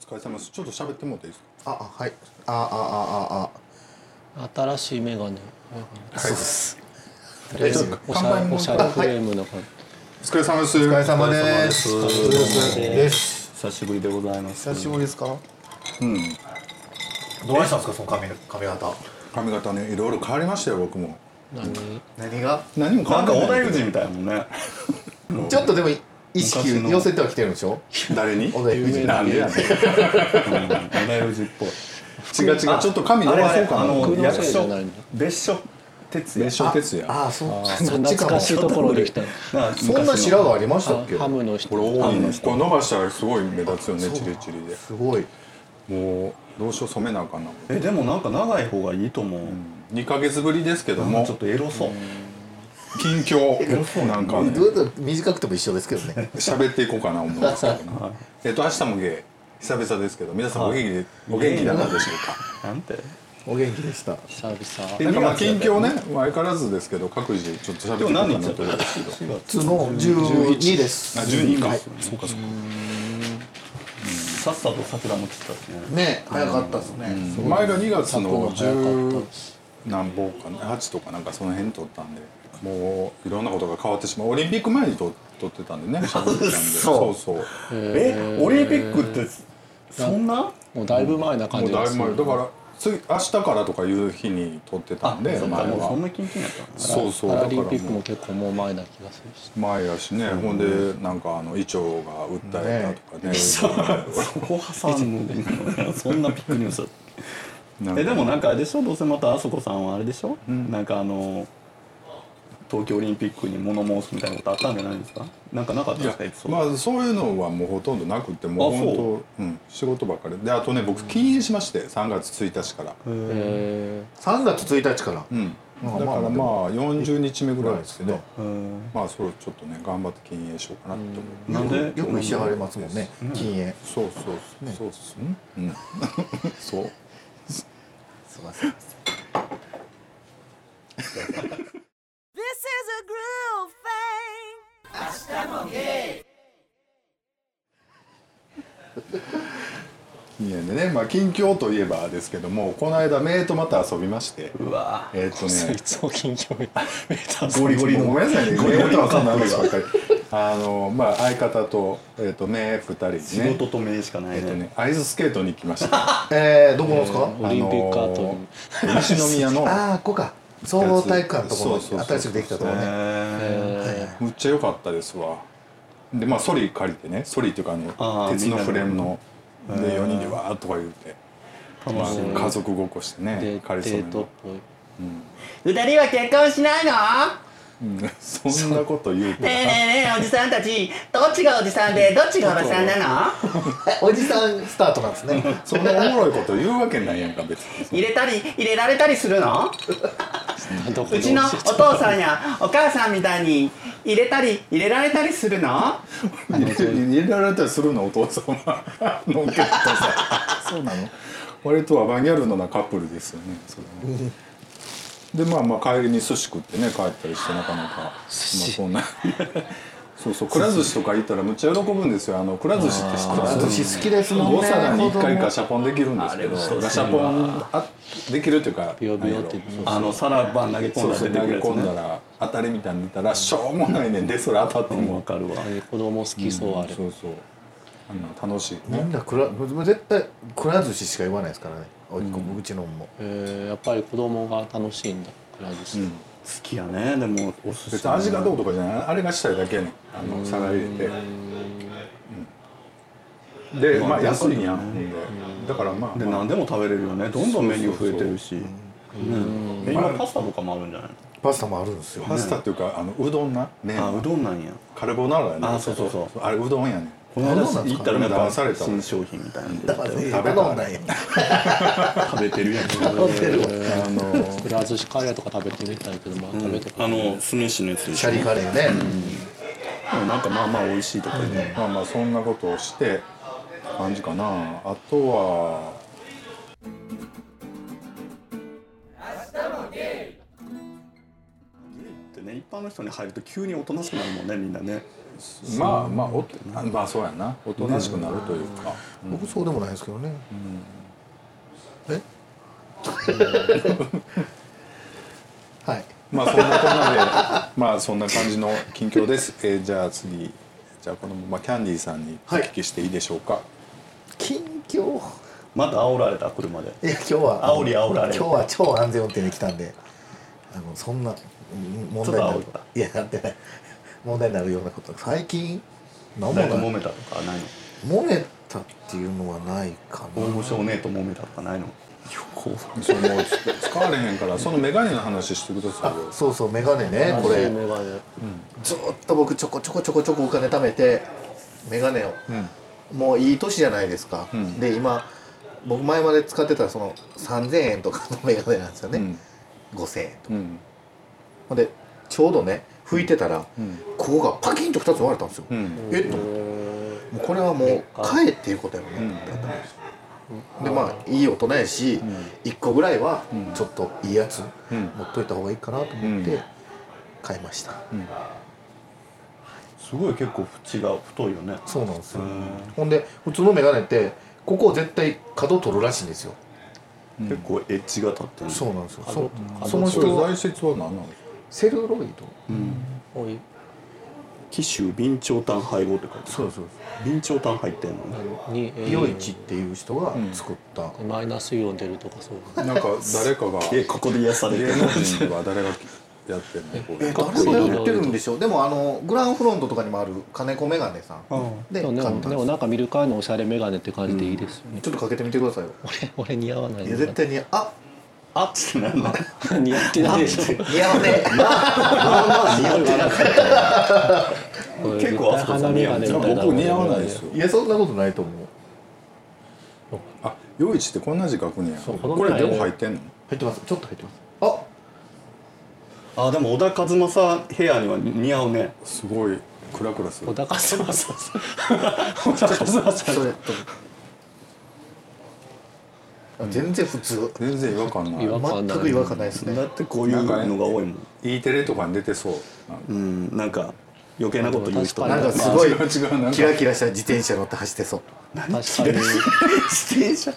疲れ様ですちょっと喋ってもらっていいですああはいあああああ新しいメガネあそうですとりあえずえっとおし看板ゃもおしゃれフレームの感じかお疲れ様ですお疲れ様ですお疲れ様ですです久しぶりでございます久しぶりですかうんどうしたんですかその髪髪型髪型ねいろいろ変わりましたよ僕も何何が何も変なわんから織田ない裕二みたいやもんねちょっとでも意識昔の寄せてはきてるんでしょ誰に小田裕二なんでやねん違うん織田裕二っぽいう違うちょっと髪伸ばそうかあなの僕の役せいじゃ所ないの別所別哲也所哲也ああそうそっち懐かもかしいところできたなんか昔のそんな白髪ありましたっけあハムの人これ多いあねのこれ伸ばしたらすごい目立つよねチリチリですごいもうどうしよう染めなあかんなえでもなんか長い方がいいと思う、 2ヶ月ぶりですけどももうちょっとエロそう、近況なんかねどうやったら短くても一緒ですけどね喋っていこうかな思うんですけどねえっと明日も芸久々ですけど皆さんお元気でお元気だったでしょうかなんてお元気でした久々でなんかまあ二月近だった況よねまあ相変わらずですけど各自ちょっと喋って今い日こう何か日なだっとた思のうんですけど4そ月の12ですあ12か、はいそうかそうかさっさと桜も散ったしねね早かったですね前が2月の早かった10何本かね8とかなんかその辺撮ったんでもういろんなことが変わってしまうオリンピック前に撮撮ってたんで ね喋ってたんでそそううそうえオリンピックってそんなもうだいぶ前な感もうじだでいぶす前だから次明日からとかいう日に撮ってたんでそっ前かもうそんはなキンキンやったのそうそうパだからラリもンピックうも結構もう前な気がするし前やしね、ほんでなんかあの伊調が訴えたとかね そこ挟むのそんなビッグニュースだったなんかえでもなんかあれでしょどうせまたあそこさんはあれでしょ、なんかあの東京オリンピックに物申すみたいなことあったんじゃないんですかなんかなかったいんでやすかエピソード、まあそういうのはもうほとんどなくてもうあ本当う、ん、仕事ばっかりであとね僕禁煙しまして3月1日から、へ3月1日からうん、まあだからまあま40日目ぐらいですけど、うんうんまあそれをちょっとね頑張って禁煙しようかなって思う、なんでよく石上がりますもんね禁煙そうそうそう、そうっすねうん そうすいません This is a groove thing. 禁煙でねまあ近況といえばですけどもこの間メイとまた遊びましてうわえーっとえねいつも緊張やめたゴリゴリのごめんなさいね。 ゴリゴリのそんなゴリ話ゴばっかり。あのまあ相方とえっ、と目二人で仕ね事。と名しかなえっ、いとね,、ねアイススケートに行きました。えーどこのですかオリンピック後にあのー西宮のああここか総合体育館のところそうそうそう新しくできたところえねえむっちゃ良かったですわ。でまあソリ借りてね、ソリっていうかああのー鉄のフレームのみんなでで四人でわーっとか言って、ーま楽あしみ家族ごっこしてーでね、借りそうデめーんトっの。ぽい二人は結婚しないのうん そんなこと言う ねえねて。えねえおじさんたちどっちがおじさんでどっちがおばさんなのえ おじさんスタートなんですねそんなおもろいこと言うわけないやんか別に。入れたり入れられたりするのどこうちのお父さんやお母さんみたいに入れたり入れられたりするの入れられたりするのお父様のんけとさそうなの割とアバンギャルドなカップルですよねそれねでまあまあ帰りに寿司食ってね帰ったりしてなかなかまあそんなそうそうくら寿司とか行ったらむっちゃ喜ぶんですよあのくら寿司って知ってくまらす寿司好きですもんね5皿に1回ガかシャポンできるんですけどあれもガシャポンあできるというかビヨビヨってなんやろあのさらば投げ込んそうだらそ出うて投くげるやつね込んだら当たりみたいに出たらしょうもないねんでそれ当たってうんもわかるわあれ子供好きそうあれそうそうあんな楽しいみねんなくら絶対くら寿司しか言わないですからねおいっ子もうちのもえーやっぱり子供が楽しいんだくら寿司好きやねでもお寿司別に味がどうとかじゃないあれがしたいだけやねんあの皿入れてうんでまあ安いやんほんでだからまあでまあ何でも食べれるよねどんどんメニュー増えてるしうんえ今パスタとかもあるんじゃないパスタもあるんですよパスタっていうかあのうどんな麺のあうどんなんやカルボナーラやねんあそうそうそうあれうどんやねんこの間あそうなんです行かったらなん騙されかた新商品みたいなんで食食べたないよ食べてるやん食べてるわあのくら寿司カレーとか食べてみたいけどまあ食べてあの酢飯のやつでしシょャリカレーねなんかまあまあ美味しいとか言ってまあまあそんなことをして感じかなあとはね一般の人に入ると急におとなしくなるもんねみんなねまあまあおとあまあそうやなおとなしくなるというか、僕そうでもないですけどね、え はいまあそんなこんなでまあそんな感じの近況です、えーじゃあ次じゃあこのままキャンディーさんにお聞きしていいでしょうか、近況また煽られた車でいや今日は煽り煽られる今日は超安全運転で来たんであのそんなうん問題になちょるっと煽いやなってない問題になるようなこと最近何もな誰いと揉めたとかないの揉めたっていうのはないか大な御所お姉と揉めたとかないのそれもう使われへんからそのメガネの話してくださいよそうそうメガネねこれメガネずーっと僕ちょこちょこちょこちょこお金貯めてメガネを、もういい年じゃないですか、で今僕前まで使ってたその3000円とかのメガネなんですよね、5000円とかうんほんでちょうどね拭いてたら、ここがパキンと2つ割れたんですよ、んえっともうこれはもう帰っていうことやろなってなったんですよ、でまあいい大人やし、1個ぐらいはちょっといいやつ、持っといた方がいいかなと思って買いました、すごい結構縁が太いよねそうなんですよほんで普通のメガネってここを絶対角取るらしいんですよ結構エッジが立ってるそうなんですよそ角そのそ人れは外説は何なんですかセルロイド多い紀州備長炭配合って書いてあるそうそう備長炭入ってんのねにえー美容市っていう人が作った、マイナスイオン出るとかそういうなんか誰かがえここで癒されて芸る能人は誰がやってんのこういえう誰がやってるんでしょうでもあのグランフロントとかにもある金子メガネさんでで買っもたでんもですでもなんか見る会のおしゃれメガネって感じでいいですよね、ちょっとかけてみてくださいよ俺俺似合わないいや絶対にああっつってなんだ対似合ってないでしょ似合わねえ結構あそこさん似合鼻う眼鏡みんたちいゃうな僕似合わないですよ いやそんなことないと思うあ夜市ってこんな字書くんやうこれでも入ってんの入ってますちょっと入ってますあ あでも小田和正ヘアには似合うねすごいクラクラする小高さんはさ 小田和正それとあ全然普通全然違和感ない違和感な全いく違和感ないですねだってこういうのが多いもん E テレとかに出てそううんなんか余計なこと言う人確なんかすあごい違う違うなんかキラキラした自転車乗って走ってそう確かに自転車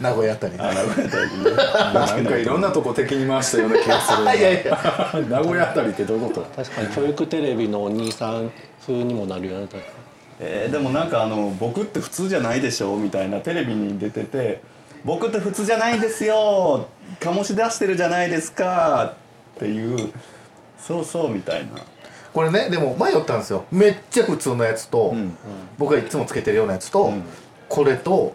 名古屋あたりああなるほどねなんかいろんなとこ敵に回したような気がするな いやいや名古屋あたりってどういうこと確かに教育テレビのお兄さん風にもなるよね確かえーでもなんかあの「僕って普通じゃないでしょ」みたいなテレビに出てて「僕って普通じゃないですよ醸し出してるじゃないですか」っていう「そうそう」みたいなこれねでも迷ったんですよめっちゃ普通のやつと、僕がいつもつけてるようなやつと、これと、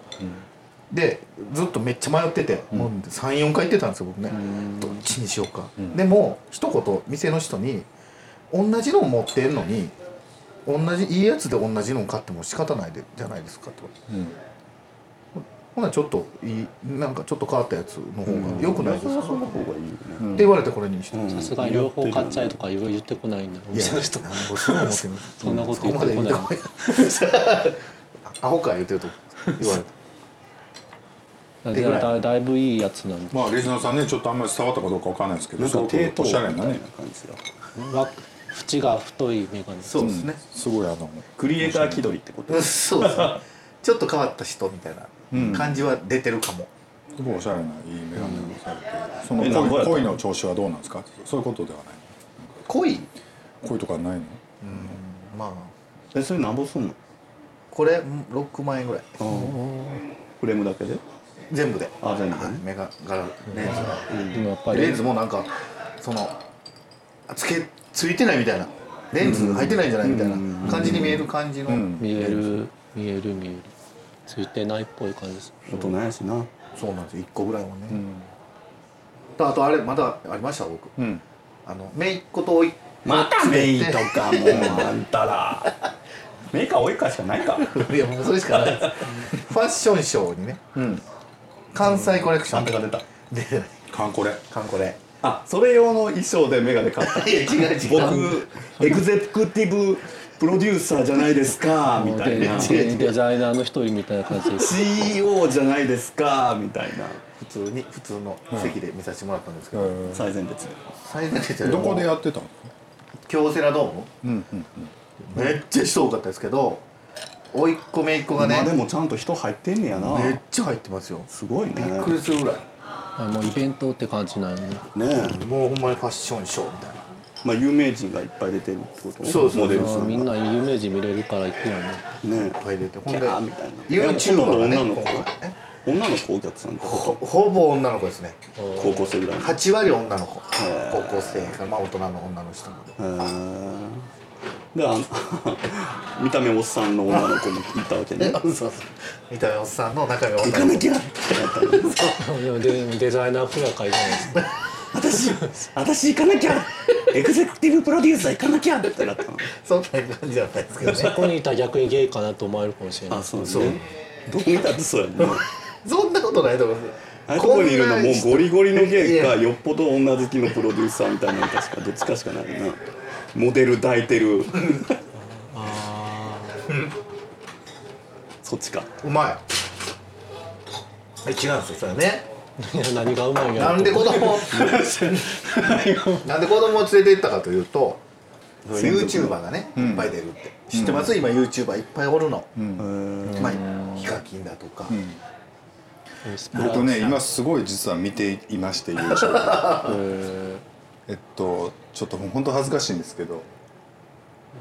でずっとめっちゃ迷ってて、もう34回言ってたんですよ僕ね、どっちにしようか、でも一言店の人に同じの持ってんのに同じいいやつで同じの買っても仕方ないでじゃないですかと、ほなちょっといいなんかちょっと変わったやつの方が良くないですか、そっの方がいいよねて言われてこれにして、うんいにさすがに両方買っちゃえとか言う言ってこないんだやお店の人なんかそう思ってますそんなことそこ言っまてでこ言っないてこないアホか言うてると言われただいだだいぶいいやつなんでまあリスナーさんねちょっとあんまり伝わったかどうかわかんないですけどなんか低お等しゃ感れみたないなね感じだわ縁が太いメガネそうですね、すごいあのクリエイター気取りってことうんそうですねちょっと変わった人みたいな感じは出てるかも、すごいおしゃれないい眼鏡をされてそのえなんか恋やった恋の調子はどうなんですかそういうことではない濃い恋とかないのまあえそれなんぼすんのこれん6万円ぐらいフレームだけで全部であ全部ねはいメガ柄レンでもやっぱズりレンズもなんかそのつけついてないみたいなレンズ入ってないんじゃないみたいな感じに見える感じの、見える見える見えるついてないっぽい感じです大人やしなそうなんですよ1個ぐらいはね、とあとあれまだありました僕、うんあの姪っ子と甥っ子またメイ連とれてかもうあんたらメイか多いかしかないかいやもうそれしかない ですファッションショーにね、関西コレクショあンんたが出た出てないカンコレカンコレあそれ用の衣装でメガネ買ったいや違う違う 僕エグゼクティブプロデューサーじゃないですかみたい なデデザイナーの一人みたいな感じ CEO じゃないですかみたいな普通に普通の席で見させてもらったんですけど、え最前列最前列よーりどもこでやってたの京セラドームうんうんめっちゃ人多かったですけど甥っ子姪っ子がまあでねもちゃんと人入ってんねやなめっちゃ入ってますよすごいねびっくりするぐらいあもうイベントって感じなんやねねえもうほんまにファッションショーみたいなまあ有名人がいっぱい出てるってことそうそうそうモデあルさーんみんがな有名人見れるから行くよねねいっぱい出てほんでキャーみたいな YouTuber がねほとんど女の子今回ね女の子お客さんってほほぼ女の子ですね高校生ぐらいのへ8割女の子へー高校生からまあ大人の女の人までえであの 見た目おっさんの女の子もいたわけねそうそう見た目おっさんの中身は行女かのな子きゃ でもデデザイナープラカいじゃないです か私私行かなきゃエグゼクティブプロデューサー行かなきゃってなったのそんな感じじゃないですけ どねそこにいたら逆にゲイかなと思われるかもしれないあそうねどう見たってそうやんねそんなことないと思いますああいうとこにいるのもうゴリゴリのゲイかいやよっぽど女好きのプロデューサーみたいなのかしかどっちかしかないよなモデル抱いてるあそっちかうまいえ違うんですよそれねー何がうまいんやなろんで子供を なんで子供を連れて行ったかというと YouTuber がねいっぱい出るって、知ってます今 YouTuber いっぱいおるの、まあヒカキンだとか、僕ね今すごい実は見ていまして YouTube えっとちょっと本当恥ずかしいんですけど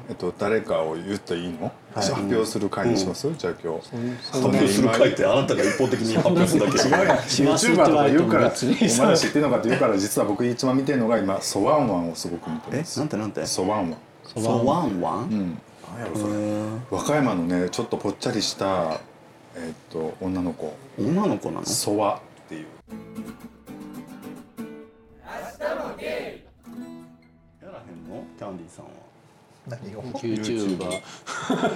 えっと誰かを言っていいの、発表する会にします、じゃあ今日発表する会ってあなたが一方的に発表するだけじゃ ないします YouTuber とか言うからって言われても別にお前ら知ってるのかって言うから実は僕一番見てるのが今ソワンワンをすごく見てえるなんてなんてソワンワンそうワンワン何やろそれ和歌山のねちょっとぽっちゃりしたえっと女の子女の子なのソワっていうやらへんのキャンディーさんは何を YouTuber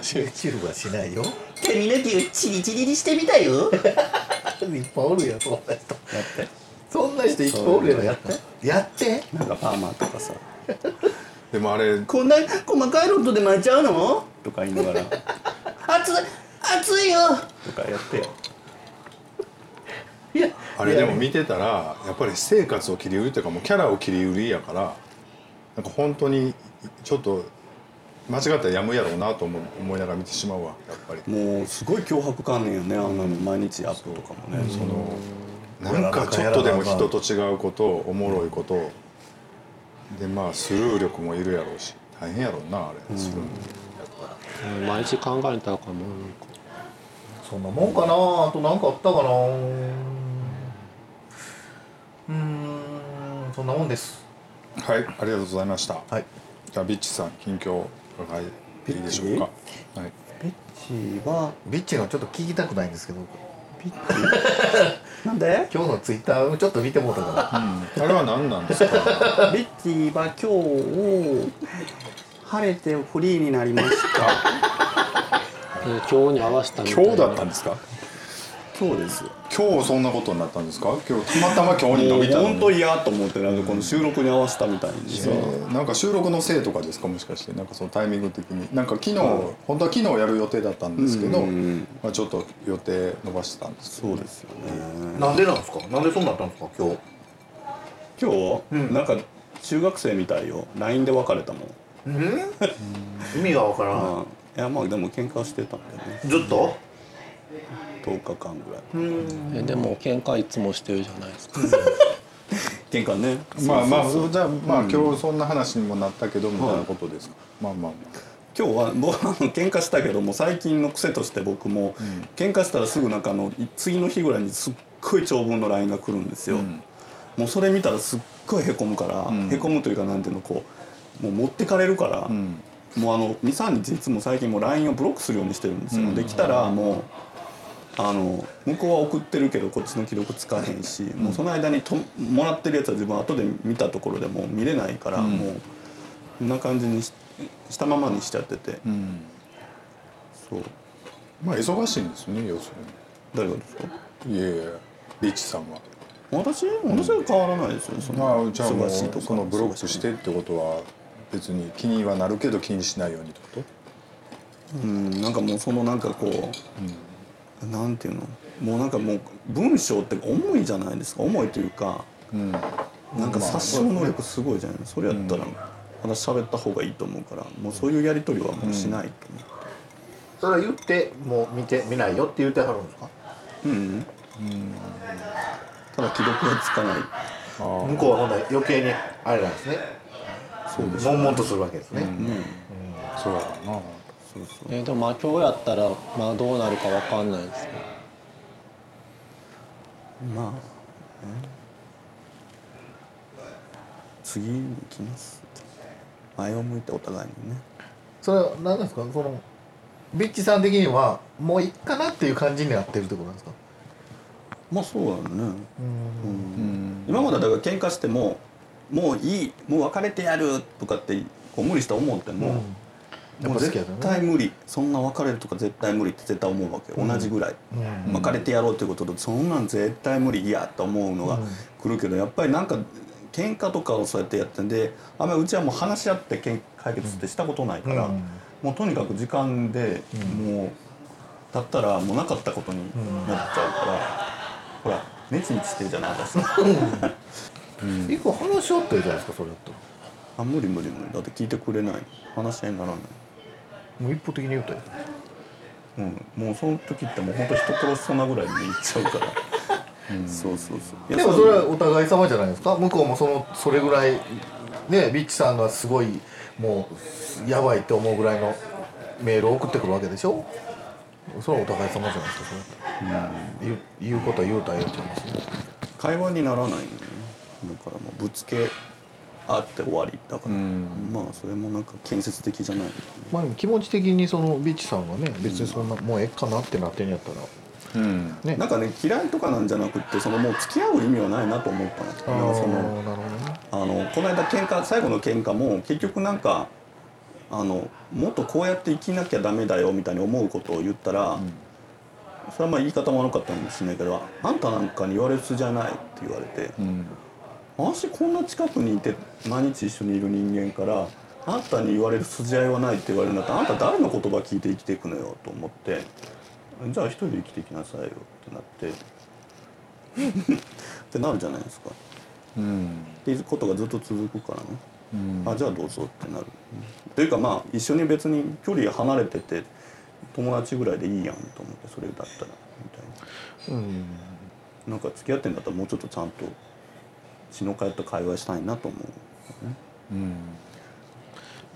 YouTuber はしないよ髪の毛をチリチリにしてみたよいっぱいおるやんそんな人そんな人いっぱいおるやんやってやってなんかパーマとかさでもあれこんな細かいロットで巻いちゃうのとか言いながら熱い熱いよとかやってよいやあれでも見てたらやっぱり私生活を切り売りというかもうキャラを切り売りやからなんか本当にちょっと間違ったらやむやろうなと思う思いながら見てしまうわやっぱりもうすごい脅迫観念よねあんなの毎日アップとかもねそのなんかちょっとでも人と違うことをおもろいことをでまあスルー力もいるやろうし大変やろうなあれするのやっぱうん毎日考えたらかもなんかそんなもんかなあと何かあったかなうーんそんなもんですりはいありがとうございました、はいじゃあビッチさん近況伺いいいでしょうかはいピッチはビッチのちょっと聞きたくないんですけどピッチなんで今日のツイッターをちょっと見てもうたからあれは何なんですかビッチは今日晴れてフリーになりました。で今日に合わせたみた い今な日だったんですか今日です。も今日そんなことになったんですか今日たまたま今日に伸びうたの本当に、嫌と思ってなんかこの収録に合わせたみたいにさえ。ーなんか収録のせいとかですかもしかしてなんかそのタイミング的になんか昨日、本当は昨日やる予定だったんですけど、うんまあ、ちょっと予定伸ばしてたんですそうですよね。なんでなんですかなんでそうなったんですか今日今日、なんか中学生みたいよ。LINE で別れたもん。意味がわからああいやまあでも喧嘩してたんだよね。いずっと10日間ぐらい。えでも喧嘩いつもしてるじゃないですか喧嘩ね。まあまあじゃあまあ、今日そんな話にもなったけどみたいなことですか、まあまあ今日は僕あの喧嘩したけども最近の癖として僕も、喧嘩したらすぐなんかあのい次の日ぐらいにすっごい長文の LINE が来るんですよ、もうそれ見たらすっごいへこむから、へこむというかなんていうのこうもう持ってかれるから、もうあの23日いつも最近もう LINE をブロックするようにしてるんですよ、できたらもうあの向こうは送ってるけどこっちの記録つかへんし、もうその間にともらってるやつは自分後で見たところでもう見れないから、もうこんな感じにししたままにしちゃってて、そうまあ忙しいんですね要す誰がですかるにいやいやリッチさんは私私は変わらないですよそまのあじゃあも忙うしいとかそのブロックし忙てってことは別に気にはなるけど気にしないようにってこというんなんかもうそのなんかこう、なんていうのもうなんかもう文章って重いじゃないですか重いというか、なんか殺傷能力すごいじゃないそれやったらまだ喋った方がいいと思うからもうそういうやり取りはもうしないと思それはう言ってもう見て見ないよって言ってはるんですかただ既読がつかない向こうはほんなら余計にあれなんですねそうです悶々とするわけですね、そうやろうなえーでもまあ今日やったらまあどうなるかわかんないですねまあ、次に行きます前を向いてお互いにねそれは何なんですかこのビッチさん的にはもういっかなっていう感じになってるってことなんですかまあそうだねうん今までだから喧嘩してももういいもう別れてやるとかってこう無理して思っても、やっもぱう好き絶やからね対無理そんな別れるとか絶対無理って絶対思うわけ、同じぐらい、別れてやろうってことでそんなん絶対無理いやと思うのが来るけど、やっぱりなんか喧嘩とかをそうやってやってんであんまりうちはもう話し合って喧解決ってしたことないから、うんもうとにかく時間でもう経ったらもうなかったことになっちゃうから、ほらネチネチしてるじゃないですか 一個話し合ってるじゃないですかそれだったらあ無理無理無理だって聞いてくれない話し合いにならない。もう一方的に言うとやったらうん、もうその時ってもう本当人殺しそうなぐらいで言っちゃ うから、そうそうそういでやもそれはお互い様じゃないですか向こうもそのそれぐらいねビッチさんがすごいもうやばいって思うぐらいのメールを送ってくるわけでしょそれはお互い様じゃないですかそれだったら言う言うことは言うたら言うと思いますね会話にならないのねだからもうぶつけあって終わりだから、まあそれもなんか建設的じゃないまあでも気持ち的にそのビッチさんがね別にそんなもうええかなってなってんやったらうんねなんかね嫌いとかなんじゃなくってそのもう付き合う意味はないなと思ったのなんかあーそのなるほどねあのこの間喧嘩最後の喧嘩も結局なんかあのもっとこうやって生きなきゃダメだよみたいに思うことを言ったら、それはまあ言い方も悪かったかもしれないけど「あんたなんかに言われるじゃない」って言われてう、ん私こんな近くにいて毎日一緒にいる人間から「あんたに言われる筋合いはない」って言われるんだったらあんた誰の言葉聞いて生きていくのよと思って「じゃあ一人で生きていきなさいよ」ってなって。 ってなるじゃないですか。うんっていうことがずっと続くからね、あじゃあどうぞってなる、というかまあ一緒に別に距離離れてて友達ぐらいでいいやんと思ってそれだったらみたいな、なんか付き合ってんだったらもうちょっとちゃんと血の通った会話したいなと思う、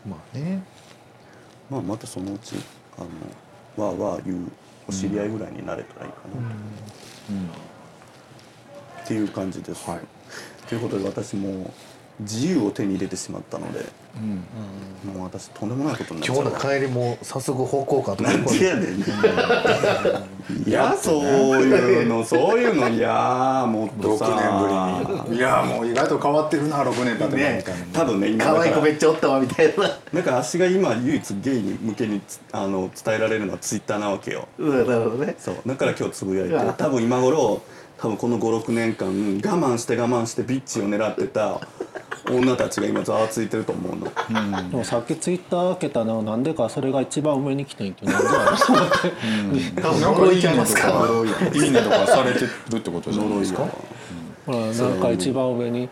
まあねまあ、またそのうちあのわあわあ言うお知り合いぐらいになれたらいいかなと、っていう感じです、ということで私も自由を手に入れてしまったので、もう私とんでもないことになっちゃ今う日の帰りも早速方向感とか いやねんいやそういうのそういうのいやもっとさ6年ぶりにいやもう意外と変わってるな6年経ってもみたいねなね多分ね今だ可か愛いら子めっちゃおったわみたいななんか足が今唯一ゲイに向けにつあの伝えられるのはツイッターなわけようんなるほどねそうだから今日つぶやいて多分今頃多分この56年間我慢して我慢してビッチを狙ってた女たちが今ざわついてると思うのでもさっきツイッター開けたのなんでかそれが一番上に来てんけどなんでやろうと思って多分なんこかれいいいちゃいねまとすかかいいねとかされてるってことじゃないですかほらなんか一番上に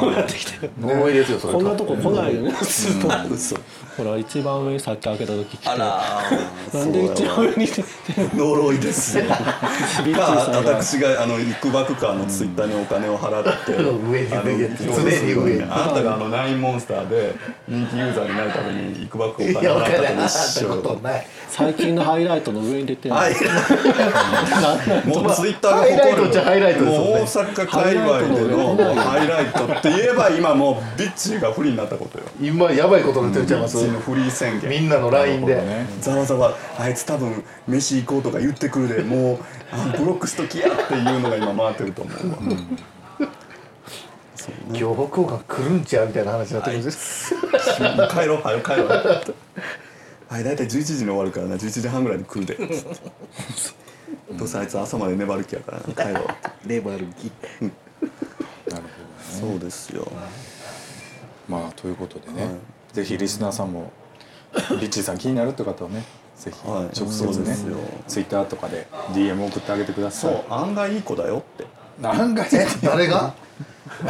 こうなってきてる呪いですよそれこんなとこ来ないよね嘘ほら一番上にさっき開けた時来てあらなんで一番上に来て呪いですねビッチまあさんが私があの肉爆カーのツイッターにお金を払って上にあの上に常に上にあんたがあのナインモンスターで人気ユーザーになるために肉爆お金いや払わかっんなたいと会っ一たこと緒ない最近のハイライトの上に出てるはいもうツイッターがハ誇るイライトっちゃハイライトですよねもう大阪界隈でのハイライトって言えば今もうビッチーが不利になったことよ今やばいことになってるちゃいまビすッチーのフリー宣言みんなの LINE で、ざわざわあいつ多分飯行こうとか言ってくるでもうあブロックしときやっていうのが今回ってると思うわ、今日北欧が来るんちゃうみたいな話になってるんです、帰ろう早く帰ろうはい大体11時に終わるからな11時半ぐらいに来るでつってどうせあいつ朝まで粘る気やからな帰ろうってレバルギそうですよまあということでね、ぜひリスナーさんもリッチーさん気になるって方はねぜひはい直接そうでね、すよツイッターとかで DM 送ってあげてくださそいう案外いい子だよってなんか誰が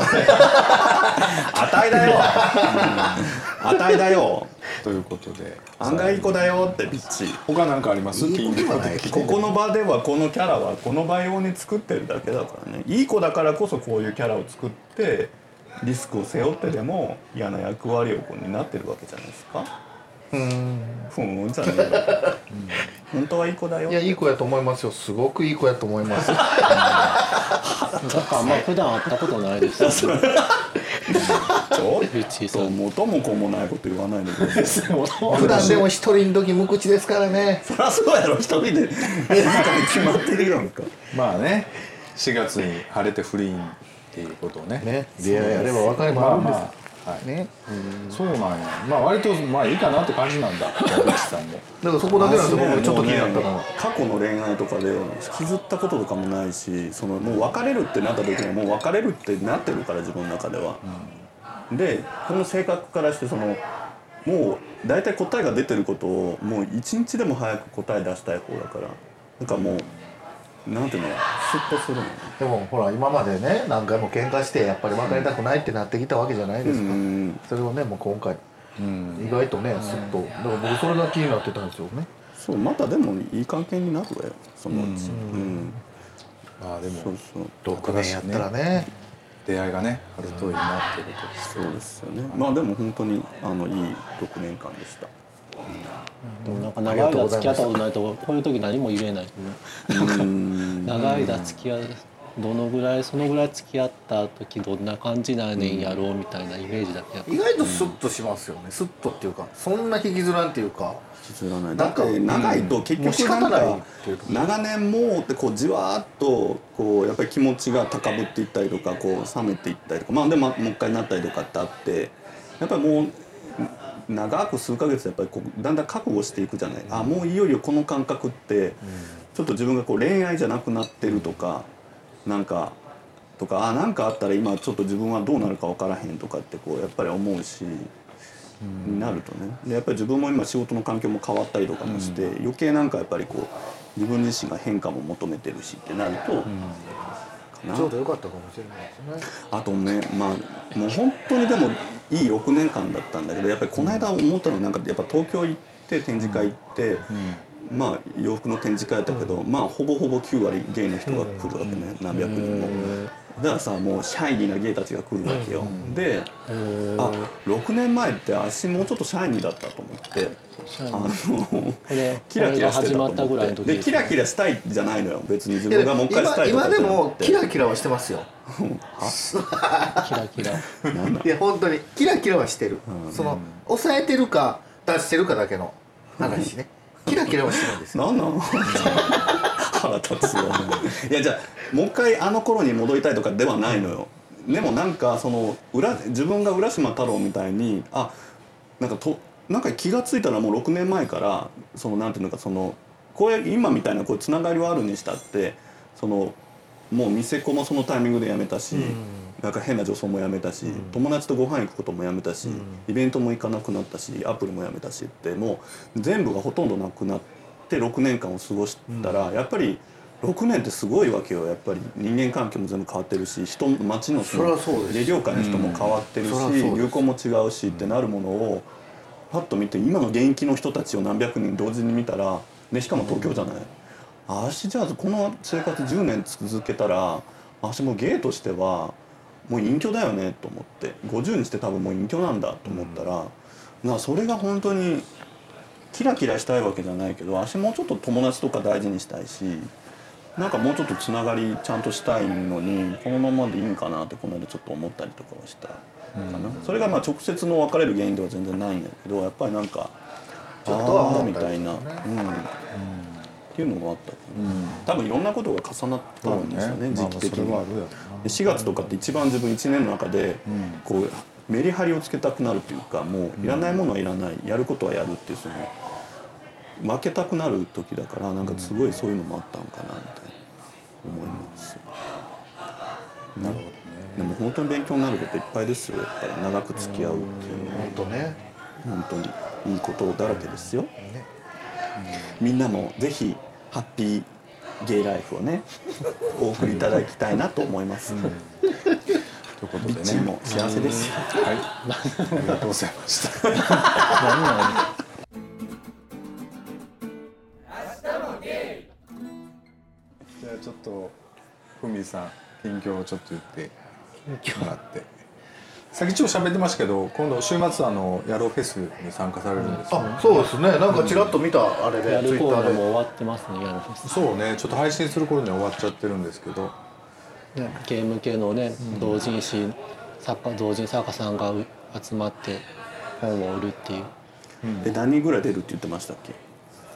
あたいだよ値だよということで案外いい子だよってピッチ他なんかありますいいことはないここの場ではこのキャラはこの場用に作ってるだけだからねいい子だからこそこういうキャラを作ってリスクを背負ってでも嫌な役割をこう担ってるわけじゃないですかふーんじゃねえよ、うん、本当はいい子だよいやいい子やと思いますよすごくいい子やと思いますだからまあ普段会ったことないですよねちょピッチーっさとん元も子もないこと言わないでください 普段でも一人の時無口ですからねそりゃそうやろ一人でいい子に決まってるやんかまあね4月に晴れて不倫っていうことをねね出会いあれば別れもまああるんです、まあ、はい、ねそうなんやまあ割とまあいいかなって感じなんだ山口さんもだからそこだけなんですよ僕ちょっと気になったのもうねは過去の恋愛とかで引きずったこととかもないしそのもう別れるってなった時にはもう別れるってなってるから自分の中では、でこの性格からしてそのもう大体答えが出てることをもう一日でも早く答え出したい方だからなんかもうなんていうのスッとするのねでもほら今までね何回も喧嘩してやっぱり別れたくないってなってきたわけじゃないですか、うんそれをねもう今回、意外とねすっとだから僕それが気になってたんですよねそうまたでもいい関係になるわよそのうちうんまあでもそうそう6年やったらね出会いがねあるといいなっていうことですそうですよねまあでも本当にあのいい6年間でしたでもなんか長い間付き合ったことないとこういう時何も言えない、長い間付き合うどのぐらいそのぐらい付き合った時どんな感じなんやねんやろうみたいなイメージだけやった意外とスッとしますよねスッとっていうかそんな引きずらんっていうか削らないなだんっかて長いともう結仕局方なんないかっていうか長年もうってこうじわーっとこうやっぱり気持ちが高ぶっていったりとかこう冷めていったりとかまあでももう一回なったりとかってあってやっぱりもう長く数ヶ月やっぱりこうだんだん覚悟していくじゃない、あもういよいよこの感覚ってちょっと自分がこう恋愛じゃなくなってるとかなんかとかあなんかあったら今ちょっと自分はどうなるか分からへんとかってこうやっぱり思うし。になるとねでやっぱり自分も今仕事の環境も変わったりとかもして、余計なんかやっぱりこう自分自身が変化も求めてるしってなると、かなちょうど良かったかもしれないですねあとねまあもう本当にでもいい6年間だったんだけどやっぱりこの間思ったのはなんかやっぱ東京行って展示会行って、まあ洋服の展示会だったけど、まあほぼほぼ9割ゲイの人が来るわけね、何百人も。だからさもうシャイニーなゲイたちが来るわけよ、であ6年前って足もうちょっとシャイニーだったと思ってあのれキラキラしてたと思これが始まったぐらいっのて時でキラキラしたいじゃないのよ別に自いや分でがもうも一回した今い今とかじでゃなもくてキラキラはしてますよキラキラいや本当にキラキラはしてる、その抑えてるか出してるかだけの話ねキラキラはしてるんですよなんなん腹立つわいやじゃあもう一回あの頃に戻りたいとかではないのよでもなんかその裏自分が浦島太郎みたいにあなんかとなんか気が付いたらもう6年前からそのなんていうのかそのこういう今みたいなこうつながりはあるにしたってそのもう店子もそのタイミングで辞めたし、なんか変な女装も辞めたし、友達とご飯行くことも辞めたし、イベントも行かなくなったしアプリも辞めたしってもう全部がほとんどなくなって6年間を過ごしたら、やっぱり6年ってすごいわけよやっぱり人間関係も全部変わってるし人街のそりゃそうです芸業界の人も変わってるし、うんそりゃそうです流行も違うしってなるものを。パッと見て今の現役の人たちを何百人同時に見たら、ね、しかも東京じゃない、ああしじゃあこの生活10年続けたらあしもうゲイとしてはもう隠居だよねと思って50にして多分もう隠居なんだと思ったら、なそれが本当にキラキラしたいわけじゃないけど足もうちょっと友達とか大事にしたいしなんかもうちょっとつながりちゃんとしたいのにこのままでいいんかなってこの間ちょっと思ったりとかはしたかな、それがまあ直接の別れる原因では全然ないんだけどやっぱりなんかちょっとはあー思みったたりいしな、ますねうんっていうのがあったかな、多分いろんなことが重なったんですよねまあ時ま期あ的それに、はあるやろで4月とかって一番自分1年の中でこうメリハリをつけたくなるというかもういらないものはいらないやることはやるっていうその負けたくなる時だからなんかすごいそういうのもあったのかなみたいな思います。なるほどね。でも本当に勉強になることいっぱいですよやっぱり長く付き合うっていうのは本当ね本当にいいことだらけですよ。みんなもぜひハッピーゲイライフをねお送りいただきたいなと思います。ということでねチームも幸せですよはいありがとうございました 何なのじゃあちょっとふみさん近況をちょっと言ってもらってさっきちょっと喋ってましたけど今度週末あの野郎フェスに参加されるんですよねあそうですねなんかちらっと見たあれでやツイるコッターナーーもで終わってますねやるフェスそうねちょっと配信する頃には終わっちゃってるんですけどゲーム系のね同人誌作家同人作家さんがう集まって本を売るっていうえ何人ぐらい出るって言ってましたっけ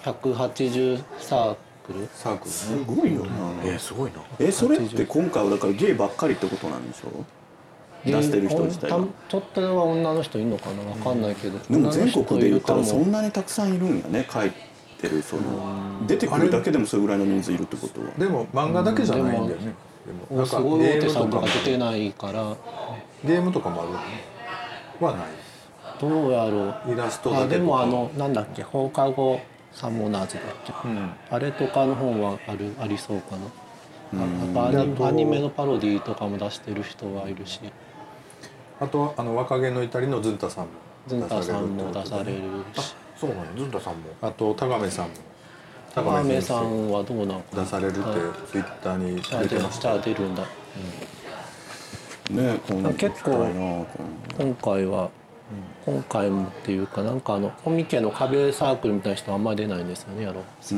180サークルサークルねすごいよなえーすごいなえそれって今回はだからゲイばっかりってことなんでしょ出してる人自体がでた鳥取は女の人いるのかなわかんないけど、でも全国で言ったらそんななにたくさんいるんやね書いてるその出てくるだけでもそれぐらいの人数いるってことはでも漫画だけじゃないんだよねでもなんすかごいゲ大手ームさとんかともか出てないからゲームとかもあるよねはないどうやろうイラストだけあとかでもあのなんだっけ放課後サモナーズだっけ、あれとかの本はあるありそうかなあやっぱアニであとアニメのパロディとかも出してる人はいるしあとあの若気の至りのズンタさんもズンタさんも出出さされるれってるしそうなんやずんたさんもあと高めさんもアーメさ先んはどうなのか生な出されるってツイッターにあ出でてもまじしゃたあ出るんだね今度結構行きたいな今度今回は、今回もっていうかなんかあのコミケの壁サークルみたいな人はあんまり出ないんですよねやろう去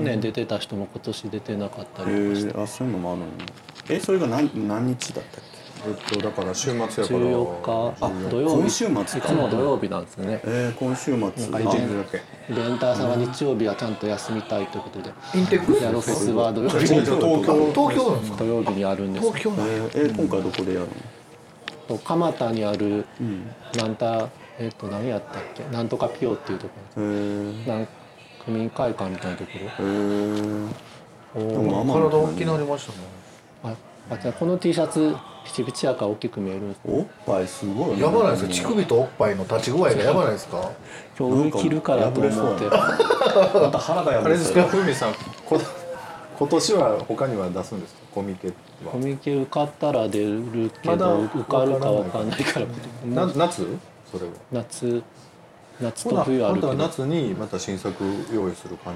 年出てた人も今年出てなかったへりとかしてーあそういうのもあるんだえそれが何何日だったっけえっとだから週末やから14日土曜日今週末いかつも土曜日なんですよねえー今週末一日だけイベンターさんは日曜日はちゃんと休みたいということでインテックやろうフェスは土曜東日京に東あ京東京なんですか土曜日にあるんです東京なんやえーえー今回どこでやるのと蒲田にあるなんたえっと何やったっけなんとかピオっていうとこえーろなん区民会館みたいなとこえーろでをも天体野君大きなりましたねああじゃあこの T シャツピチピチやから大きく見えるおっぱいすごいねやばないですか乳首とおっぱいの立ち具合がやばないですか今日着るからと思ってまた腹が破あれれでそすうやかふみさんこ今年は他には出すんですかコミケはコミケ受かったら出るけまだど受かるかわかんないからな夏それは 夏夏ほとな冬あまるけたど夏にまた新作用意する感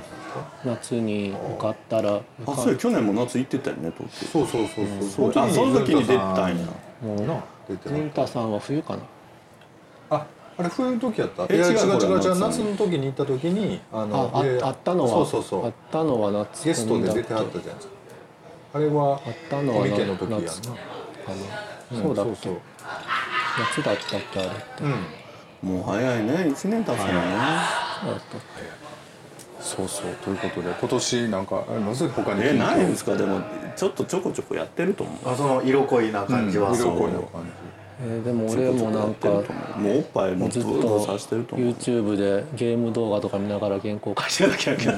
じなんですか夏に受かったらあそうや去年も夏行ってたよね東京そうそうそうそう、あその時に出てたんやもうな出てズンなタさんは冬かなああれ冬の時やったえいや違う違う違う違うこれは夏夏の時に行った時にああのあいやいやあったのはそうそうそあっうたのは夏ゲストで出てコミだはっったけじゃないですかあれはあったのコはミケ夏の時やんな夏かうなんそうだっけそう夏だったっけあれってうんもう早いね一年経つのそねうだったっけそうそうということで今年なんかあれまずい他にえ近況ないんですかでもちょっとちょこちょこやってると思うあその色濃いな感じは、色濃いそうの感えーでも俺もなんかやってると思うもうおっぱいもずずっとっとさしてると思う YouTube でゲーム動画とか見ながら原稿書いてなきゃいけない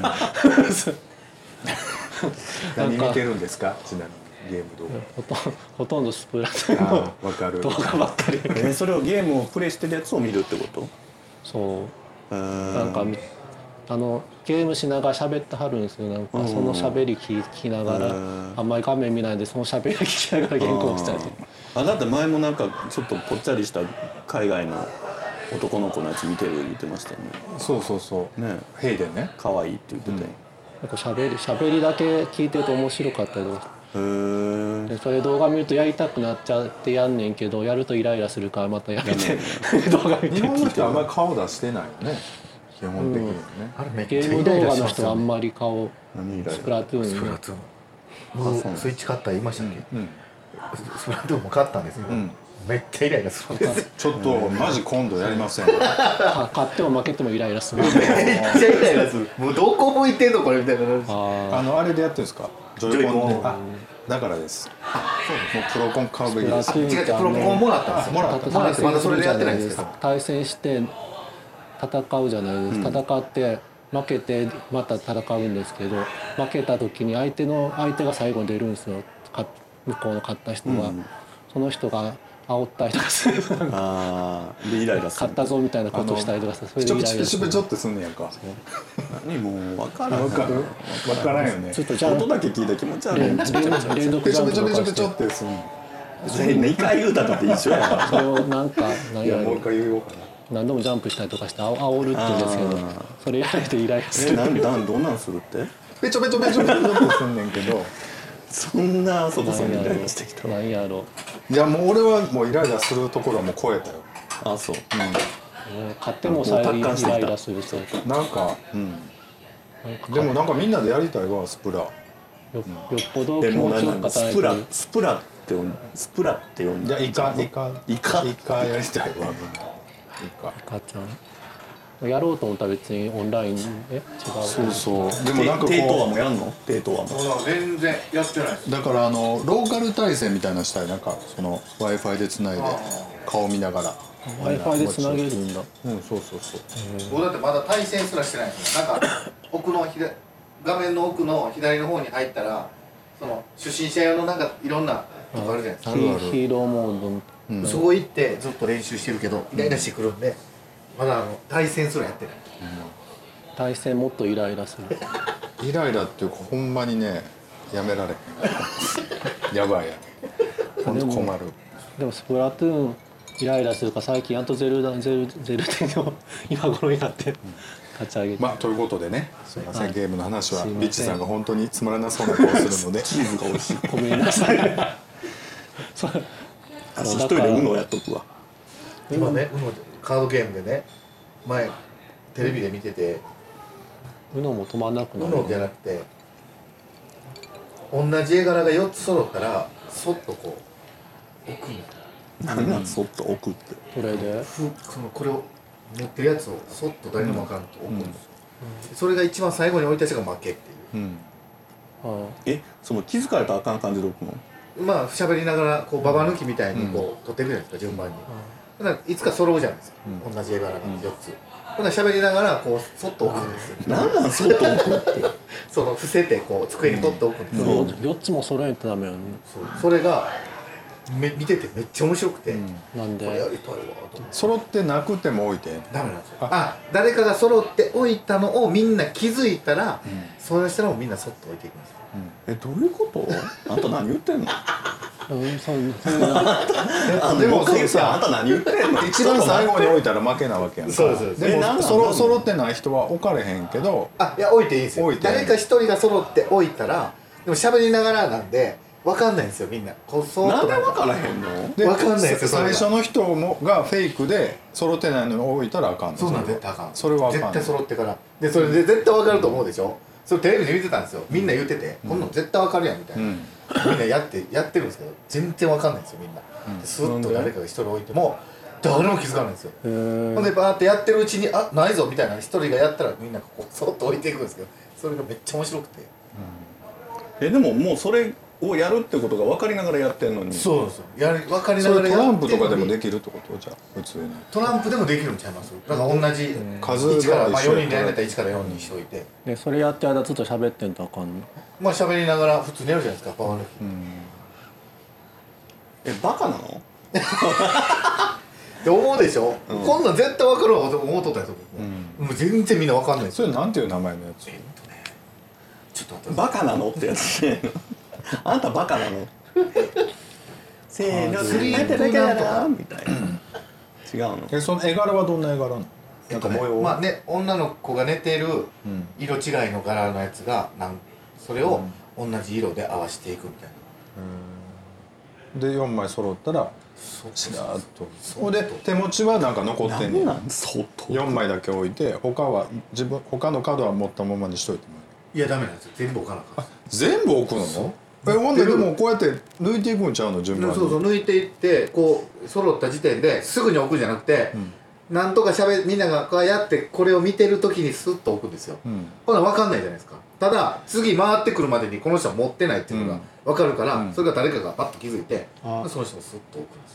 じなんか何見てるんですかちなみにゲーム動ほとんほとんどスプラト ゥーン画のあわかる動画ばっかりえーそれをゲームをプレイしてるやつを見るってことそうえなーんかみあのゲームしながら喋ってはるんですよなんかその喋り聞聞きながらあんまり画面見ないでその喋り聞きながら原稿したりとかあだって前もなんかちょっとぽっちゃりした海外の男の子のやつ見てる言ってましたよねそうそうそうねヘイデンね可愛いって言ってて、なんか喋り喋りだけ聞いてると面白かったりとかへえでそれ動画見るとやりたくなっちゃってやんねんけどやるとイライラするからまたやめて動画見て日本の人はあんまり顔出してないよね基本的にはね、あれめっちゲゃームイ動ライラ画しのます人はあよ、んね、まり顔何以来スプラトゥスプーラントゥーン僕スイッチ買った言いましたっけ、スプラトゥーンも買ったんですけど、めっちゃイライラするんですよちょっとマジ今度やりませんかか買っても負けてもイライラするめっちゃイライラするもうどこ向いてんのこれみたいな感じあ あのあれでやってるんですかジョイコンであだから ですもうプロコン買うべきですスプラト違ゥーンう違うプロコンもらったんですよもらあったもらってまだそれでやってないんですけど対戦して戦うじゃないですか戦って負けてまた戦うんですけど負けた時に相手の相手が最後に出るんですよか向こうの勝った人が、その人が煽ったりとかするあーでイライラする勝ったぞみたいなことしたりとかさそれちでょイびラちょイびラちすょびるちょってすんねやんか何もう分からんわかるわからんよねちょっとじゃあ音だけ聞いたら気持ち悪い連連連続べジちょャべンプちとょかべしちてょってすんね2回言うたとって一緒や からそれをなんか何いややもう一回言おうかな何度もジャンプしたりとかしてあお煽るって言うんですけどあそれやられてイライラすえるなんなんどんなんするってべちょべちょべちょべちょべちょすんねんけどそんなあそこさん何みやたいろにしてきた何やろいやもう俺はもうイライラするところはもう超えたよあそううん買ってもさえイもう達観してきたライラするそうなんか、うん、なんかでもなんかみんなでやりたいわスプラよよっぽどで気も持なちよんくか働スいてプるラスプラって呼んスプラって呼んいやでイカイカイカイカやりたいわみんなイカ母ちゃんやろうと思ったら別にオンラインえ違うそうそうででももななんんかかこテイトアうもやんのテイトアも全然やってないだからあのローカル対戦みたいなのしたいなんかその w i f i でつないで顔見ながら w i f i でつなげるんだうんそうそうそう僕だってまだ対戦すらしてないんですよなんか奥の左画面の奥の左の方に入ったらその初心者用のなんかいろんなとこあるじゃないですか、ヒあるあるヒーローモードみたいなそこ行ってずっと練習してるけどイライラしてくるんで、まだあの対戦すらやってない対戦もっとイライラするイライラっていうかほんまにねやめられへん やばいやほんと困るでもスプラトゥーンイライラするから最近やっとゼルダゼルゼルテの 今頃になって立ち上げて、まあということでねすいません、はいゲームの話はすいませんリッチさんが本当につまらなそうな顔する のでチーズが美味しいごめんなさいそうあそう一人でウノやっとくわ今ね、うのカードゲームでね前テレビで見ててうのも止まんなくうなのじゃるなくて同じ絵柄が4つ揃ったらそっとこう奥に何なんそっと置くってこれでふそのこれを持ってるやつをそっと誰にも分からんと置くんですよ、それが一番最後に置いた人が負けっていうんあえその気づかれたらあかん感じで置くのうまあ喋りながらこうババ抜きみたいにこう取っていくじゃないですか順番に、ほんならいつか揃うじゃないですか、同じ絵柄が4つ、ほんなら喋りながらこうそっと置くんですよ、何なんそっと置くってその伏せてこう机に取っておくんですよ、四4つも揃えんとダメよねそうそれがめ見ててめっちゃ面白くて、なんこれやでりたいわと思って揃ってなくても置い てダメなんですよあ誰かが揃っておいたのをみんな気づいたら、そういう人らもみんなそっと置いていくんですよ えどういうことあんた何言ってんのうんそうそうなあででももう一回言ってそうさあんた何言って んの一番最後に置いたら負けなわけやんかそうですそうですでえもなんなんそろなん揃ってない人は置かれへんけどあいや置いていいんですよ置いて誰か一人が揃って置いたらでも喋りながらなんで分かんないんですよみんなこうそーっなんとでなん分かからへんのでわかんないですよさ最そ初れの人もがフェイクで揃ってないのに置いたらあかんのそうなんれ絶対あかんそれはあかん絶対揃ってからでそれで絶対分かると思うでしょ、それテレビで見てたんですよみんな言ってて、こんなの絶対分かるやんみたいな、うんみんなやってやってるんですけど全然分かんないんですよみんな、でスッと誰かが一人置いても誰も気づかないんですよほんでバーってやってるうちにあないぞみたいな一人がやったらみんなここそっと置いていくんですけどそれがめっちゃ面白くてえでももうそれをやるってことが分かりながらやってんのにそうなんですよやり分かりなそがれらトやランってプるのにとかでもできるってことじゃあ普通にトランプでもできるんちゃいますなんか同じ数1から、まあ、一緒やったら4人でやれたら1から4にしといてでそれやってる間ずっと喋ってんとあかんのまあ喋りながら普通にやるじゃないですかパワー抜き、えバカなっのて思うでしょ、こんなん絶対分かるわと思うとったんですよ、僕もう全然みんな分かんないですそよれなんていう名前のやつちょっと待ってバカなのってやつね あんたバカなのせーのスリなんーてプだけなだんとかなみたいな違うのえその絵柄はどんな絵柄なのなんか模様まあね女の子が寝てる色違いの柄のやつがなんそれを同じ色で合わせていくみたいな、で4枚揃ったらそうちらっとほんで手持ちはなんか残ってんね何んなんそっと4枚だけ置いて他は自分他のカードは持ったままにしといてもらういやダメなんですよ全部置かなあかっ全部置くのえほんででもこうやって抜いていくんちゃうの順番そうにそう抜いていってこう揃った時点ですぐに置くんじゃなくて、なんとかしゃべみんながこうやってこれを見てる時にスッと置くんですよ、んほな分かんないじゃないですかただ次回ってくるまでにこの人は持ってないっていうのが分かるから、それが誰かがパッと気づいて、あその人がスッと置くんです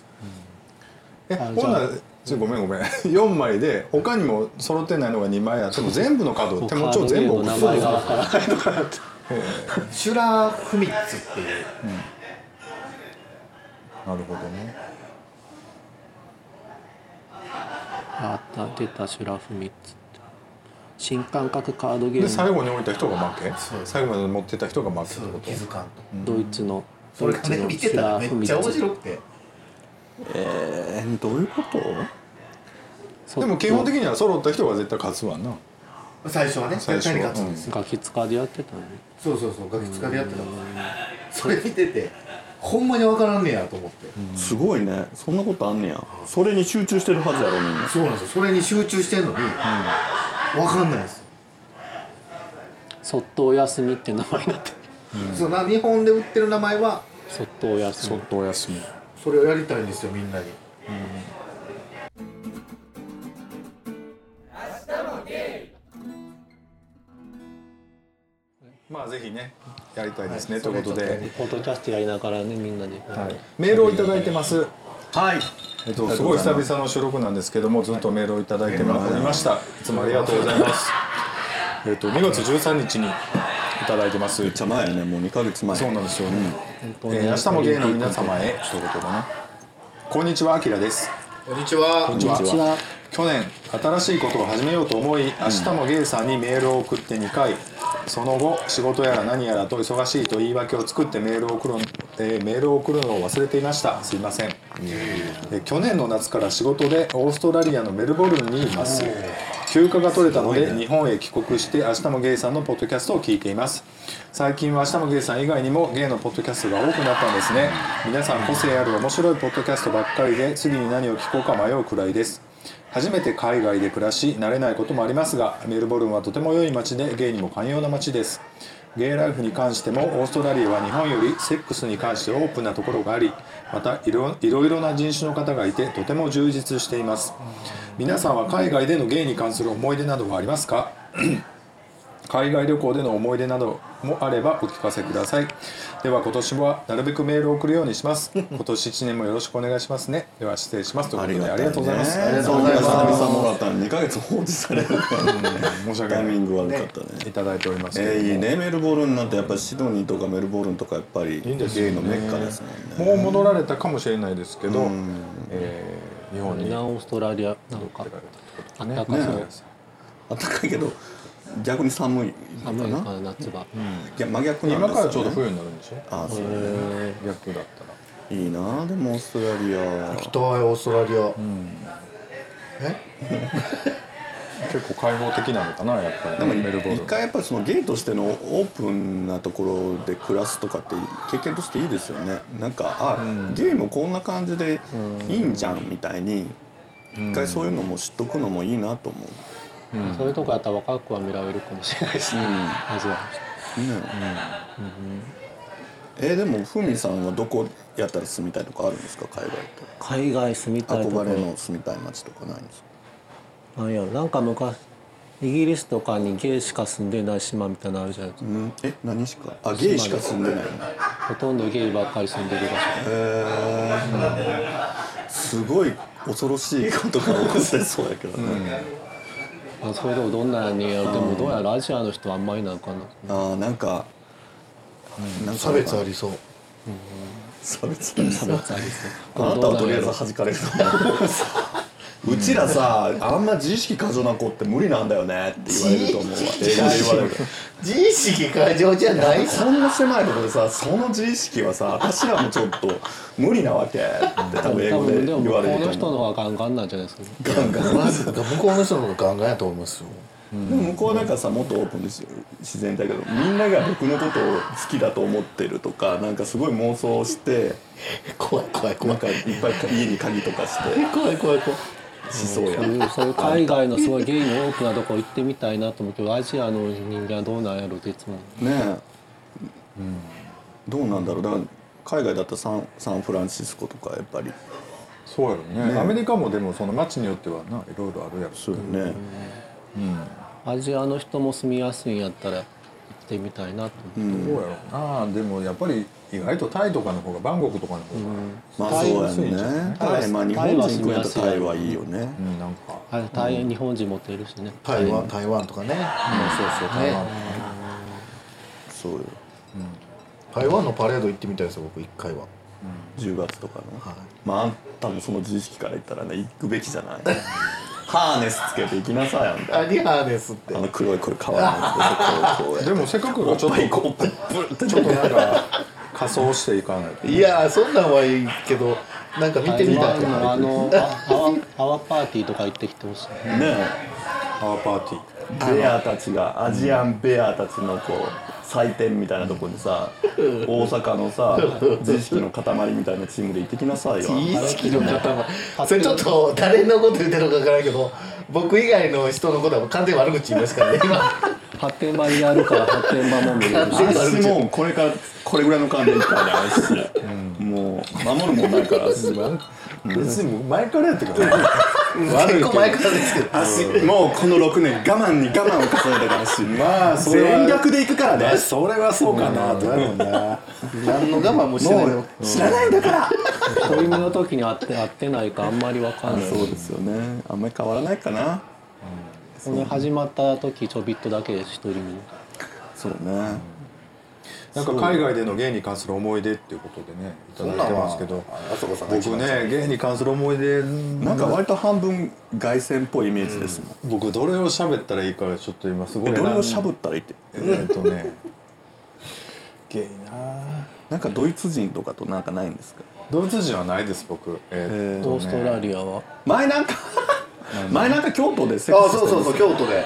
よえあほんならちょごめんごめん 4枚で他にも揃ってないのが2枚あっても全部のカード手持ちを全部置くカーそドうゲームの名前がわからないとかシュラーフミッツっていうなるほどねあった出たシュラフミッツって新感覚カードゲでー最ム後に置いた人が負け最後まで持ってた人が負けってこ気づかんと、ドイツのそれがね見てたらめっちゃ面白くてえー、どういうことでも基本的には揃った人が絶対勝つわな最初はね最絶初は対に勝つんですよ、ガキ使でやってたねそうそうそうガキ使でやってたからそれ見ててほんまに分からんねやと思って、すごいねそんなことあんねやそれに集中してるはずやろみんなそうなんですよそれに集中してんのに、分かんないですよそっとお休みって名前になってるそうな日本で売ってる名前はそっとお休そみっとお休みそれをやりたいんですよみんなにまあぜひねやりたいですね、ということでポッドキャストやりながらねみんなで、はい、メールをいただいてますはいえっと、すごい久々の収録なんですけどもずっとメールをいただいてまいりました、い、つもありがとうございますえっと2月13日にいただいてますめっちゃ前やねもう2ヶ月前そうなんですよ、ねえー明日も芸の皆様へということでねこんにちはあきらですこんにちはこんにちは去年新しいことを始めようと思い明日もゲイさんにメールを送って2回、その後仕事やら何やらと忙しいと言い訳を作ってメールを送る、えーメールを送るのを忘れていましたすいません、えー去年の夏から仕事でオーストラリアのメルボルンにいます休暇が取れたので日本へ帰国して明日もゲイさんのポッドキャストを聞いています最近は明日もゲイさん以外にもゲイのポッドキャストが多くなったんですね皆さん個性ある面白いポッドキャストばっかりで次に何を聞こうか迷うくらいです初めて海外で暮らし慣れないこともありますがメルボルンはとても良い街でゲイにも寛容な街ですゲイライフに関してもオーストラリアは日本よりセックスに関してオープンなところがありまたいろいろいろな人種の方がいてとても充実しています皆さんは海外でのゲイに関する思い出などはありますか 海外旅行での思い出などもあればお聞かせくださいでは今年はなるべくメールを送るようにします 今年1年もよろしくお願いしますねでは失礼しますということでありがとうございますありがとうございます久々もらったのに2ヶ月放置される申し訳タイないミング悪かったねいただいておりますけどえもーいいねメルボルンなんてやっぱりシドニーとかメルボルンとかやっぱりゲイのメッカですもんねもう戻られたかもしれないですけど、えー日本に南オーストラリアなんかあったかそう、ね暖かいけど逆に寒いの寒いかかなら夏場、いや真逆なんですよ、ね、今からちょうど冬になるんでしょあそうね逆だったらいいなでもオーストラリア北はオーストラリア、結構開放的なのかなやっぱでりもね、メルボルン一回やっぱりそのゲイとしてのオープンなところで暮らすとかって経験としていいですよねなんかあ、ゲイもこんな感じでいいんじゃんみたいに一回そういうのも知っとくのもいいなと思う、そういうとこやったら若くは見られるかもしれないですね、まずはねえーでもふみさんはどこやったら住みたいとかあるんですか海外海外住みたいととこ憧れろの住みたい街とかないんですかなんやろなんか昔イギリスとかにゲイしか住んでない島みたいなのあるじゃないですか、うんえ何しかあゲイしか住んでないのほとんどゲイばっかり住んでる場所すごい恐ろしいことが起こせそうやけどね、まあ、それでもどんなにやるでもどうやらアジアの人はあんまりなんかなあーなんか、なんか差別ありそう差別あり差別ありうあなたはとりあえず弾かれると 思ううちらさあんま自意識過剰な子って無理なんだよねって言われると思うわ英語で言われる自意識過剰じゃないそんな狭いところでさその自意識はさ私らもちょっと無理なわけって多分英多語で分でも言向わこうれのると人の思方うがガンガンなんじゃないですか、ね、ガンガンマジか向こうの人の方がガンガンやと思いますよでも向こうなんかさもっとオープンですよ自然だけどみんなが僕のことを好きだと思ってるとかなんかすごい妄想して怖い怖いな怖んいかいっぱい家に鍵とかして怖い怖い怖いしそうやうんそういう海外のすごいゲイのオープンなとこ行ってみたいなと思うけどアジアの人間はどうなんやろっていつもねえ、どうなんだろうだから海外だったらサンサンフランシスコとかやっぱりそうやろねアメリカもでもその街によってはないろいろあるやろそうよね、アジアの人も住みやすいんやったら行ってみたいなと思どうやろうなでもやっぱり意外とタイとかの方がバンコクとかの方が、まあそうやんタイは安いんじゃねタイまあ日本人行くんやったらタイはいいよね、うんなんかう、あ大変日本人もっているしね台湾台湾とかねそうそう台湾、そうよ台湾のパレード行ってみたいですよ僕一回は10月とかの、まああんたもその自意識から言ったらね行くべきじゃないハーネスつけて行きなさいあんたアリハーですってあの黒いこれ可愛いのこうこうこうやって でもせっかくがちょっとおっぱいこうおっぱいブルってちょっとなんか仮装していかないといやーそんなんはいいけどなんか見てみたいあなのあ泡泡パーティーとか行ってきてほしいねパワーパーティーベアたちがアジアンベアたちのこう祭典みたいなとこにさ大阪のさ知識の塊みたいなチームで行ってきなさいよ意識の塊それちょっと誰のこと言ってるのか分からんけど僕以外の人のことは完全に悪口言いますからね今発展場にやるから発展場も見れ るし全に悪私口もうこれからこれぐらいの感じで行ったらあいつもう守るもんないから私別に前からやってくから結構前からですけど足もうこの6年我慢に我慢を重ねたからしまあそれは全力で行くからねそれはそうかなと思うな何の我慢もしてないよ知らないんだから一人目の時に会って会ってないかあんまりわかんないそうですよねあんまり変わらないかなこれ始まった時ちょびっとだけです一人にそうねなんか海外での芸に関する思い出っていうことでねいただいてますけどあそこさんが一僕番ね芸に関する思い出なんか割と半分凱旋っぽいイメージですもん僕どれを喋ったらいいかちょっと今すごいえ悩んどれをしゃぶったらいいってえーっとね芸ななんかドイツ人とかとなんかないんですかドイツ人はないです僕えーっとオーストラリアは前なんか前なんか京都でセッあクスそうそうそう京都で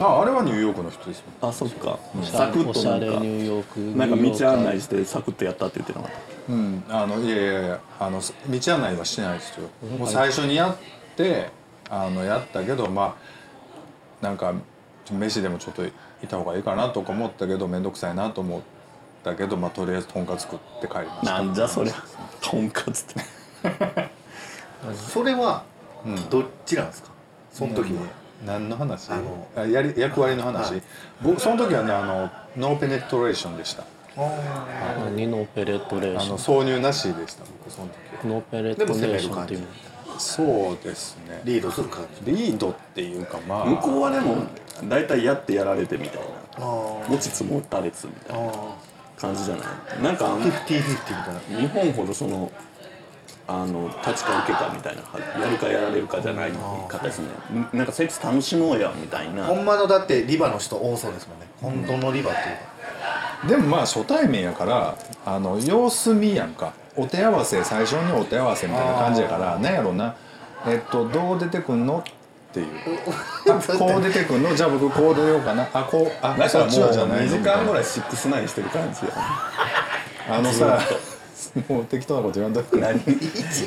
ああれはニューヨークの人ですもんあそっかサクおッしとなゃれニんューヨークかなんニューか道ヨーク案内してサクッとやったって言ってなかっうん、あのいやいやいやあの道案内はしてないですよもう最初にやってあのやったけどまあなんか飯でもちょっといた方がいいかなとか思ったけど面倒くさいなと思ったけど、まあ、とりあえずとんかつ食って帰りましたたなんじゃそりゃとんかつってそれはどっちなんですかその時は何の話あのあやり役割の話、僕その時はねあのノーペネトレーションでした何のオペレートレーあショの挿入なしでした僕その時ンノーペレートでもレ攻めーシるョンっ感ていじうそうですねリリードする感じリードっていうかまあ向こうはでも大体やってやられてみたいなあ持ちつ持たれつみたいなあ感じじゃないなんかあんフィフティフィフティみたいな日本ほどそのあの立ちか受けかみたいなはやるかやられるかじゃない形ねなんかセックス楽しもうよみたいなほんまのだってリバの人多そうですもんね本当のリバっていうかでもまあ初対面やからあの様子見やんかお手合わせ最初にお手合わせみたいな感じやからなんやろうなえっとどう出てくんのっていうあこう出てくんのじゃあ僕こう出ようかなあこうあだかそらっもうちはじゃないの2時みたいな間ぐらいシックスナインしてる感じよあのさ もう適当なこと言わんとく何相当して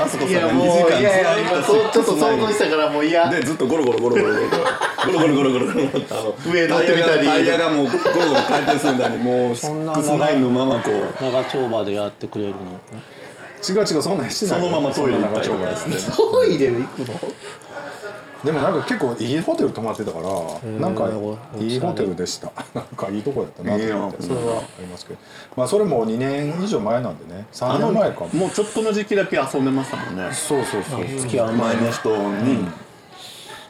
あそこさんが2い時間やもういやいや今そうちょっと想像ししたからも ういやでずっとゴロゴロゴロゴロゴロゴロゴロゴロゴロゴロあの上乗ってみたりタイヤがタイヤがもうゴロゴロ回転するんだにもうシックスナインのままこう長丁場でやってくれるの違う違うそんなんしてなそいのままトイレに行ったりそとんなか長丁場してトイレ行くのでもなんか結構いいホテル泊まってたからなんかいいホテルでしたなんかいいとこやったなと思っていいそれはありますけどまあそれも2年以上前なんでね3年前かももうちょっとの時期だけ遊んでましたもんねそうそうそう付き合う前前の人に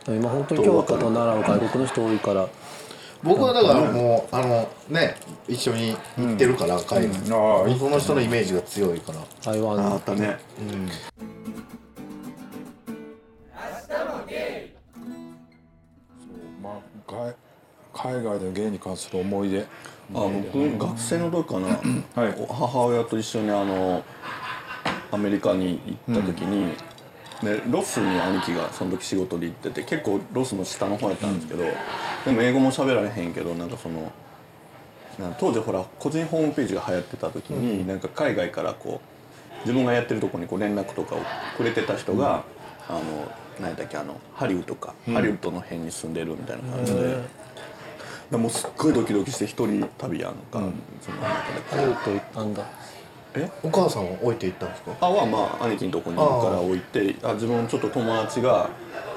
今本当に京都と奈良は外国の人多いから僕はだからもうあのね一緒に行ってるから海外うんああその人のイメージが強いから台湾あのったねまあ、外海外での芸に関する思い出あ僕学生の時かな、はいお母親と一緒にあのアメリカに行った時に、でロスに兄貴がその時仕事で行ってて結構ロスの下の方やったんですけど、でも英語も喋られへんけどなんかそのなんか当時ほら個人ホームページが流行ってた時に、なんか海外からこう自分がやってるとこにこう連絡とかをくれてた人が、あの何だっけあのハリウッドか、ハリウッドの辺に住んでるみたいな感じで。でもうすっごいドキドキして一人旅やんか、その中でずっと行ったんだお母さんを置いて行ったんですかあはまあ兄貴のとこにいるから置いてあ自分ちょっと友達が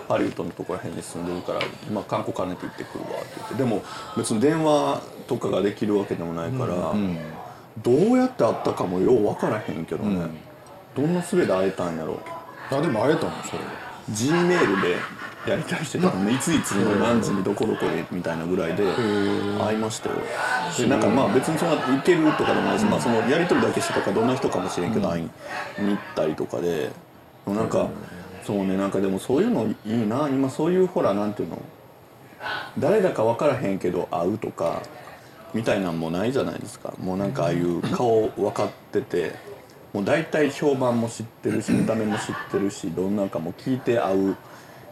ハリウッドのところら辺に住んでるから、まあ、観光兼ねて行ってくるわって言ってでも別に電話とかができるわけでもないから、どうやって会ったかもよう分からへんけどね、どんなすべで会えたんやろうあでも会えたもんそれ G メールでやりたいしてたのねいついつの何時にどこどこでみたいなぐらいで会いましたよでなんかまあ別にそんな行けるとかでもないし、まあ、そのやり取りだけしてたからどんな人かもしれんけど会いに行ったりとかでなんかそうねなんかでもそういうのいいな今そういうほらなんていうの誰だか分からへんけど会うとかみたいなんもないじゃないですかもうなんかああいう顔分かっててもう大体評判も知ってるし見た目も知ってるしどんなんかも聞いて会う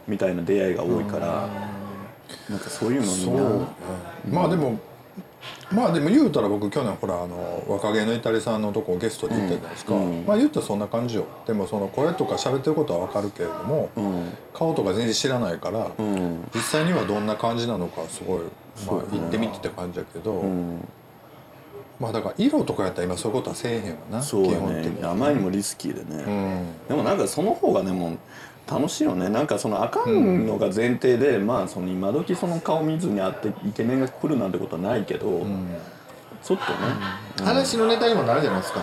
みたいな出会いが多いからなんかそういうのになまあでもまあでも言うたら僕去年ほらあの若気の至りさんのとこゲストで行ったじゃないですか、まあ言ったらそんな感じよでもその声とか喋ってることは分かるけれども、顔とか全然知らないから、実際にはどんな感じなのかすごい、まあ、行ってみてって感じだけど、まあだから色とかやったら今そういうことはせえへんわな、そう基や本的ねに。あまりにもリスキーでね、うんでもなんかその方がねもう楽しいよねなんかそのあかんのが前提で、まあその今時その顔見ずに会ってイケメンが来るなんてことはないけど、ちょっとね、話のネタにもなるじゃないですか、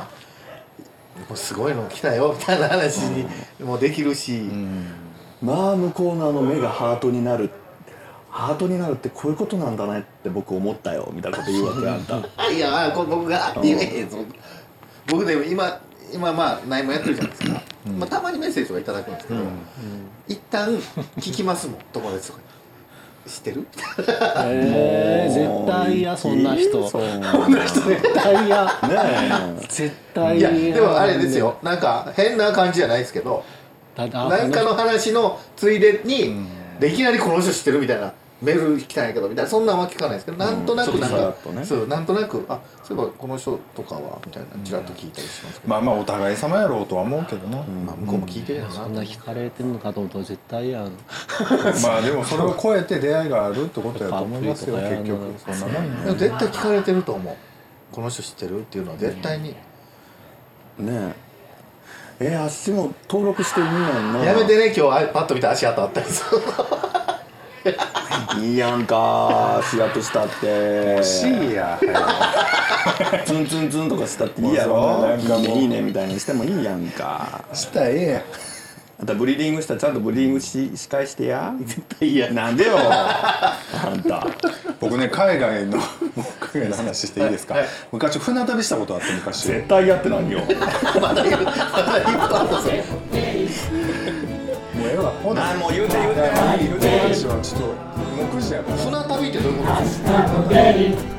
もうすごいの来たよみたいな話にもできるし、まあ向こうのあの目がハートになるハートになるってこういうことなんだねって僕思ったよみたいなこと言うわけあんたあいやあこ僕が言えへんぞ僕でも今今まあ内もやってるじゃないですか、まあ、たまにメッセージとかいただくんですけど、一旦聞きますもん友達とかに知ってるえー、絶対嫌そんな人そ絶んなね対嫌え絶対い嫌やでもあれですよなんか変な感じじゃないですけどだってあなんかの話のついでに、でいきなりこの人知ってるみたいなメール来たんやけどみたいなそんなんは聞かないですけどなんとなくなんちょっとさらかっと、ねそうなんとなくあそういえばこの人とかはみたいなちらっと聞いたりしますけど、まあまあお互い様やろうとは思うけどな、まあ、向こうも聞いてるやろなそんな惹かれてるのかと思うと絶対嫌なの まあでもそれを超えて出会いがあるってことやと思いますよカッ結プルとかや局そんなもんねでも絶対聞かれてると思うこの人知ってるっていうのは絶対に、ねええあっちも登録してみないのやめてね今日あパッと見た足跡あったりす るいいやんかシアとしたっていやツンツンツンとかしたっていいやろもうそんななんかもういいねみたいにしてもいいやんかしたらええやんあんたブリーディングしたらちゃんとブリーディングしし返してや絶対嫌なんでよあんた僕ね海外の海外の話していいですか、昔船旅したことあって昔絶対嫌って何よもうええわほなあもう言うて言うて船旅はちょっと目次やから船旅ってどういうことですか Stop the begging.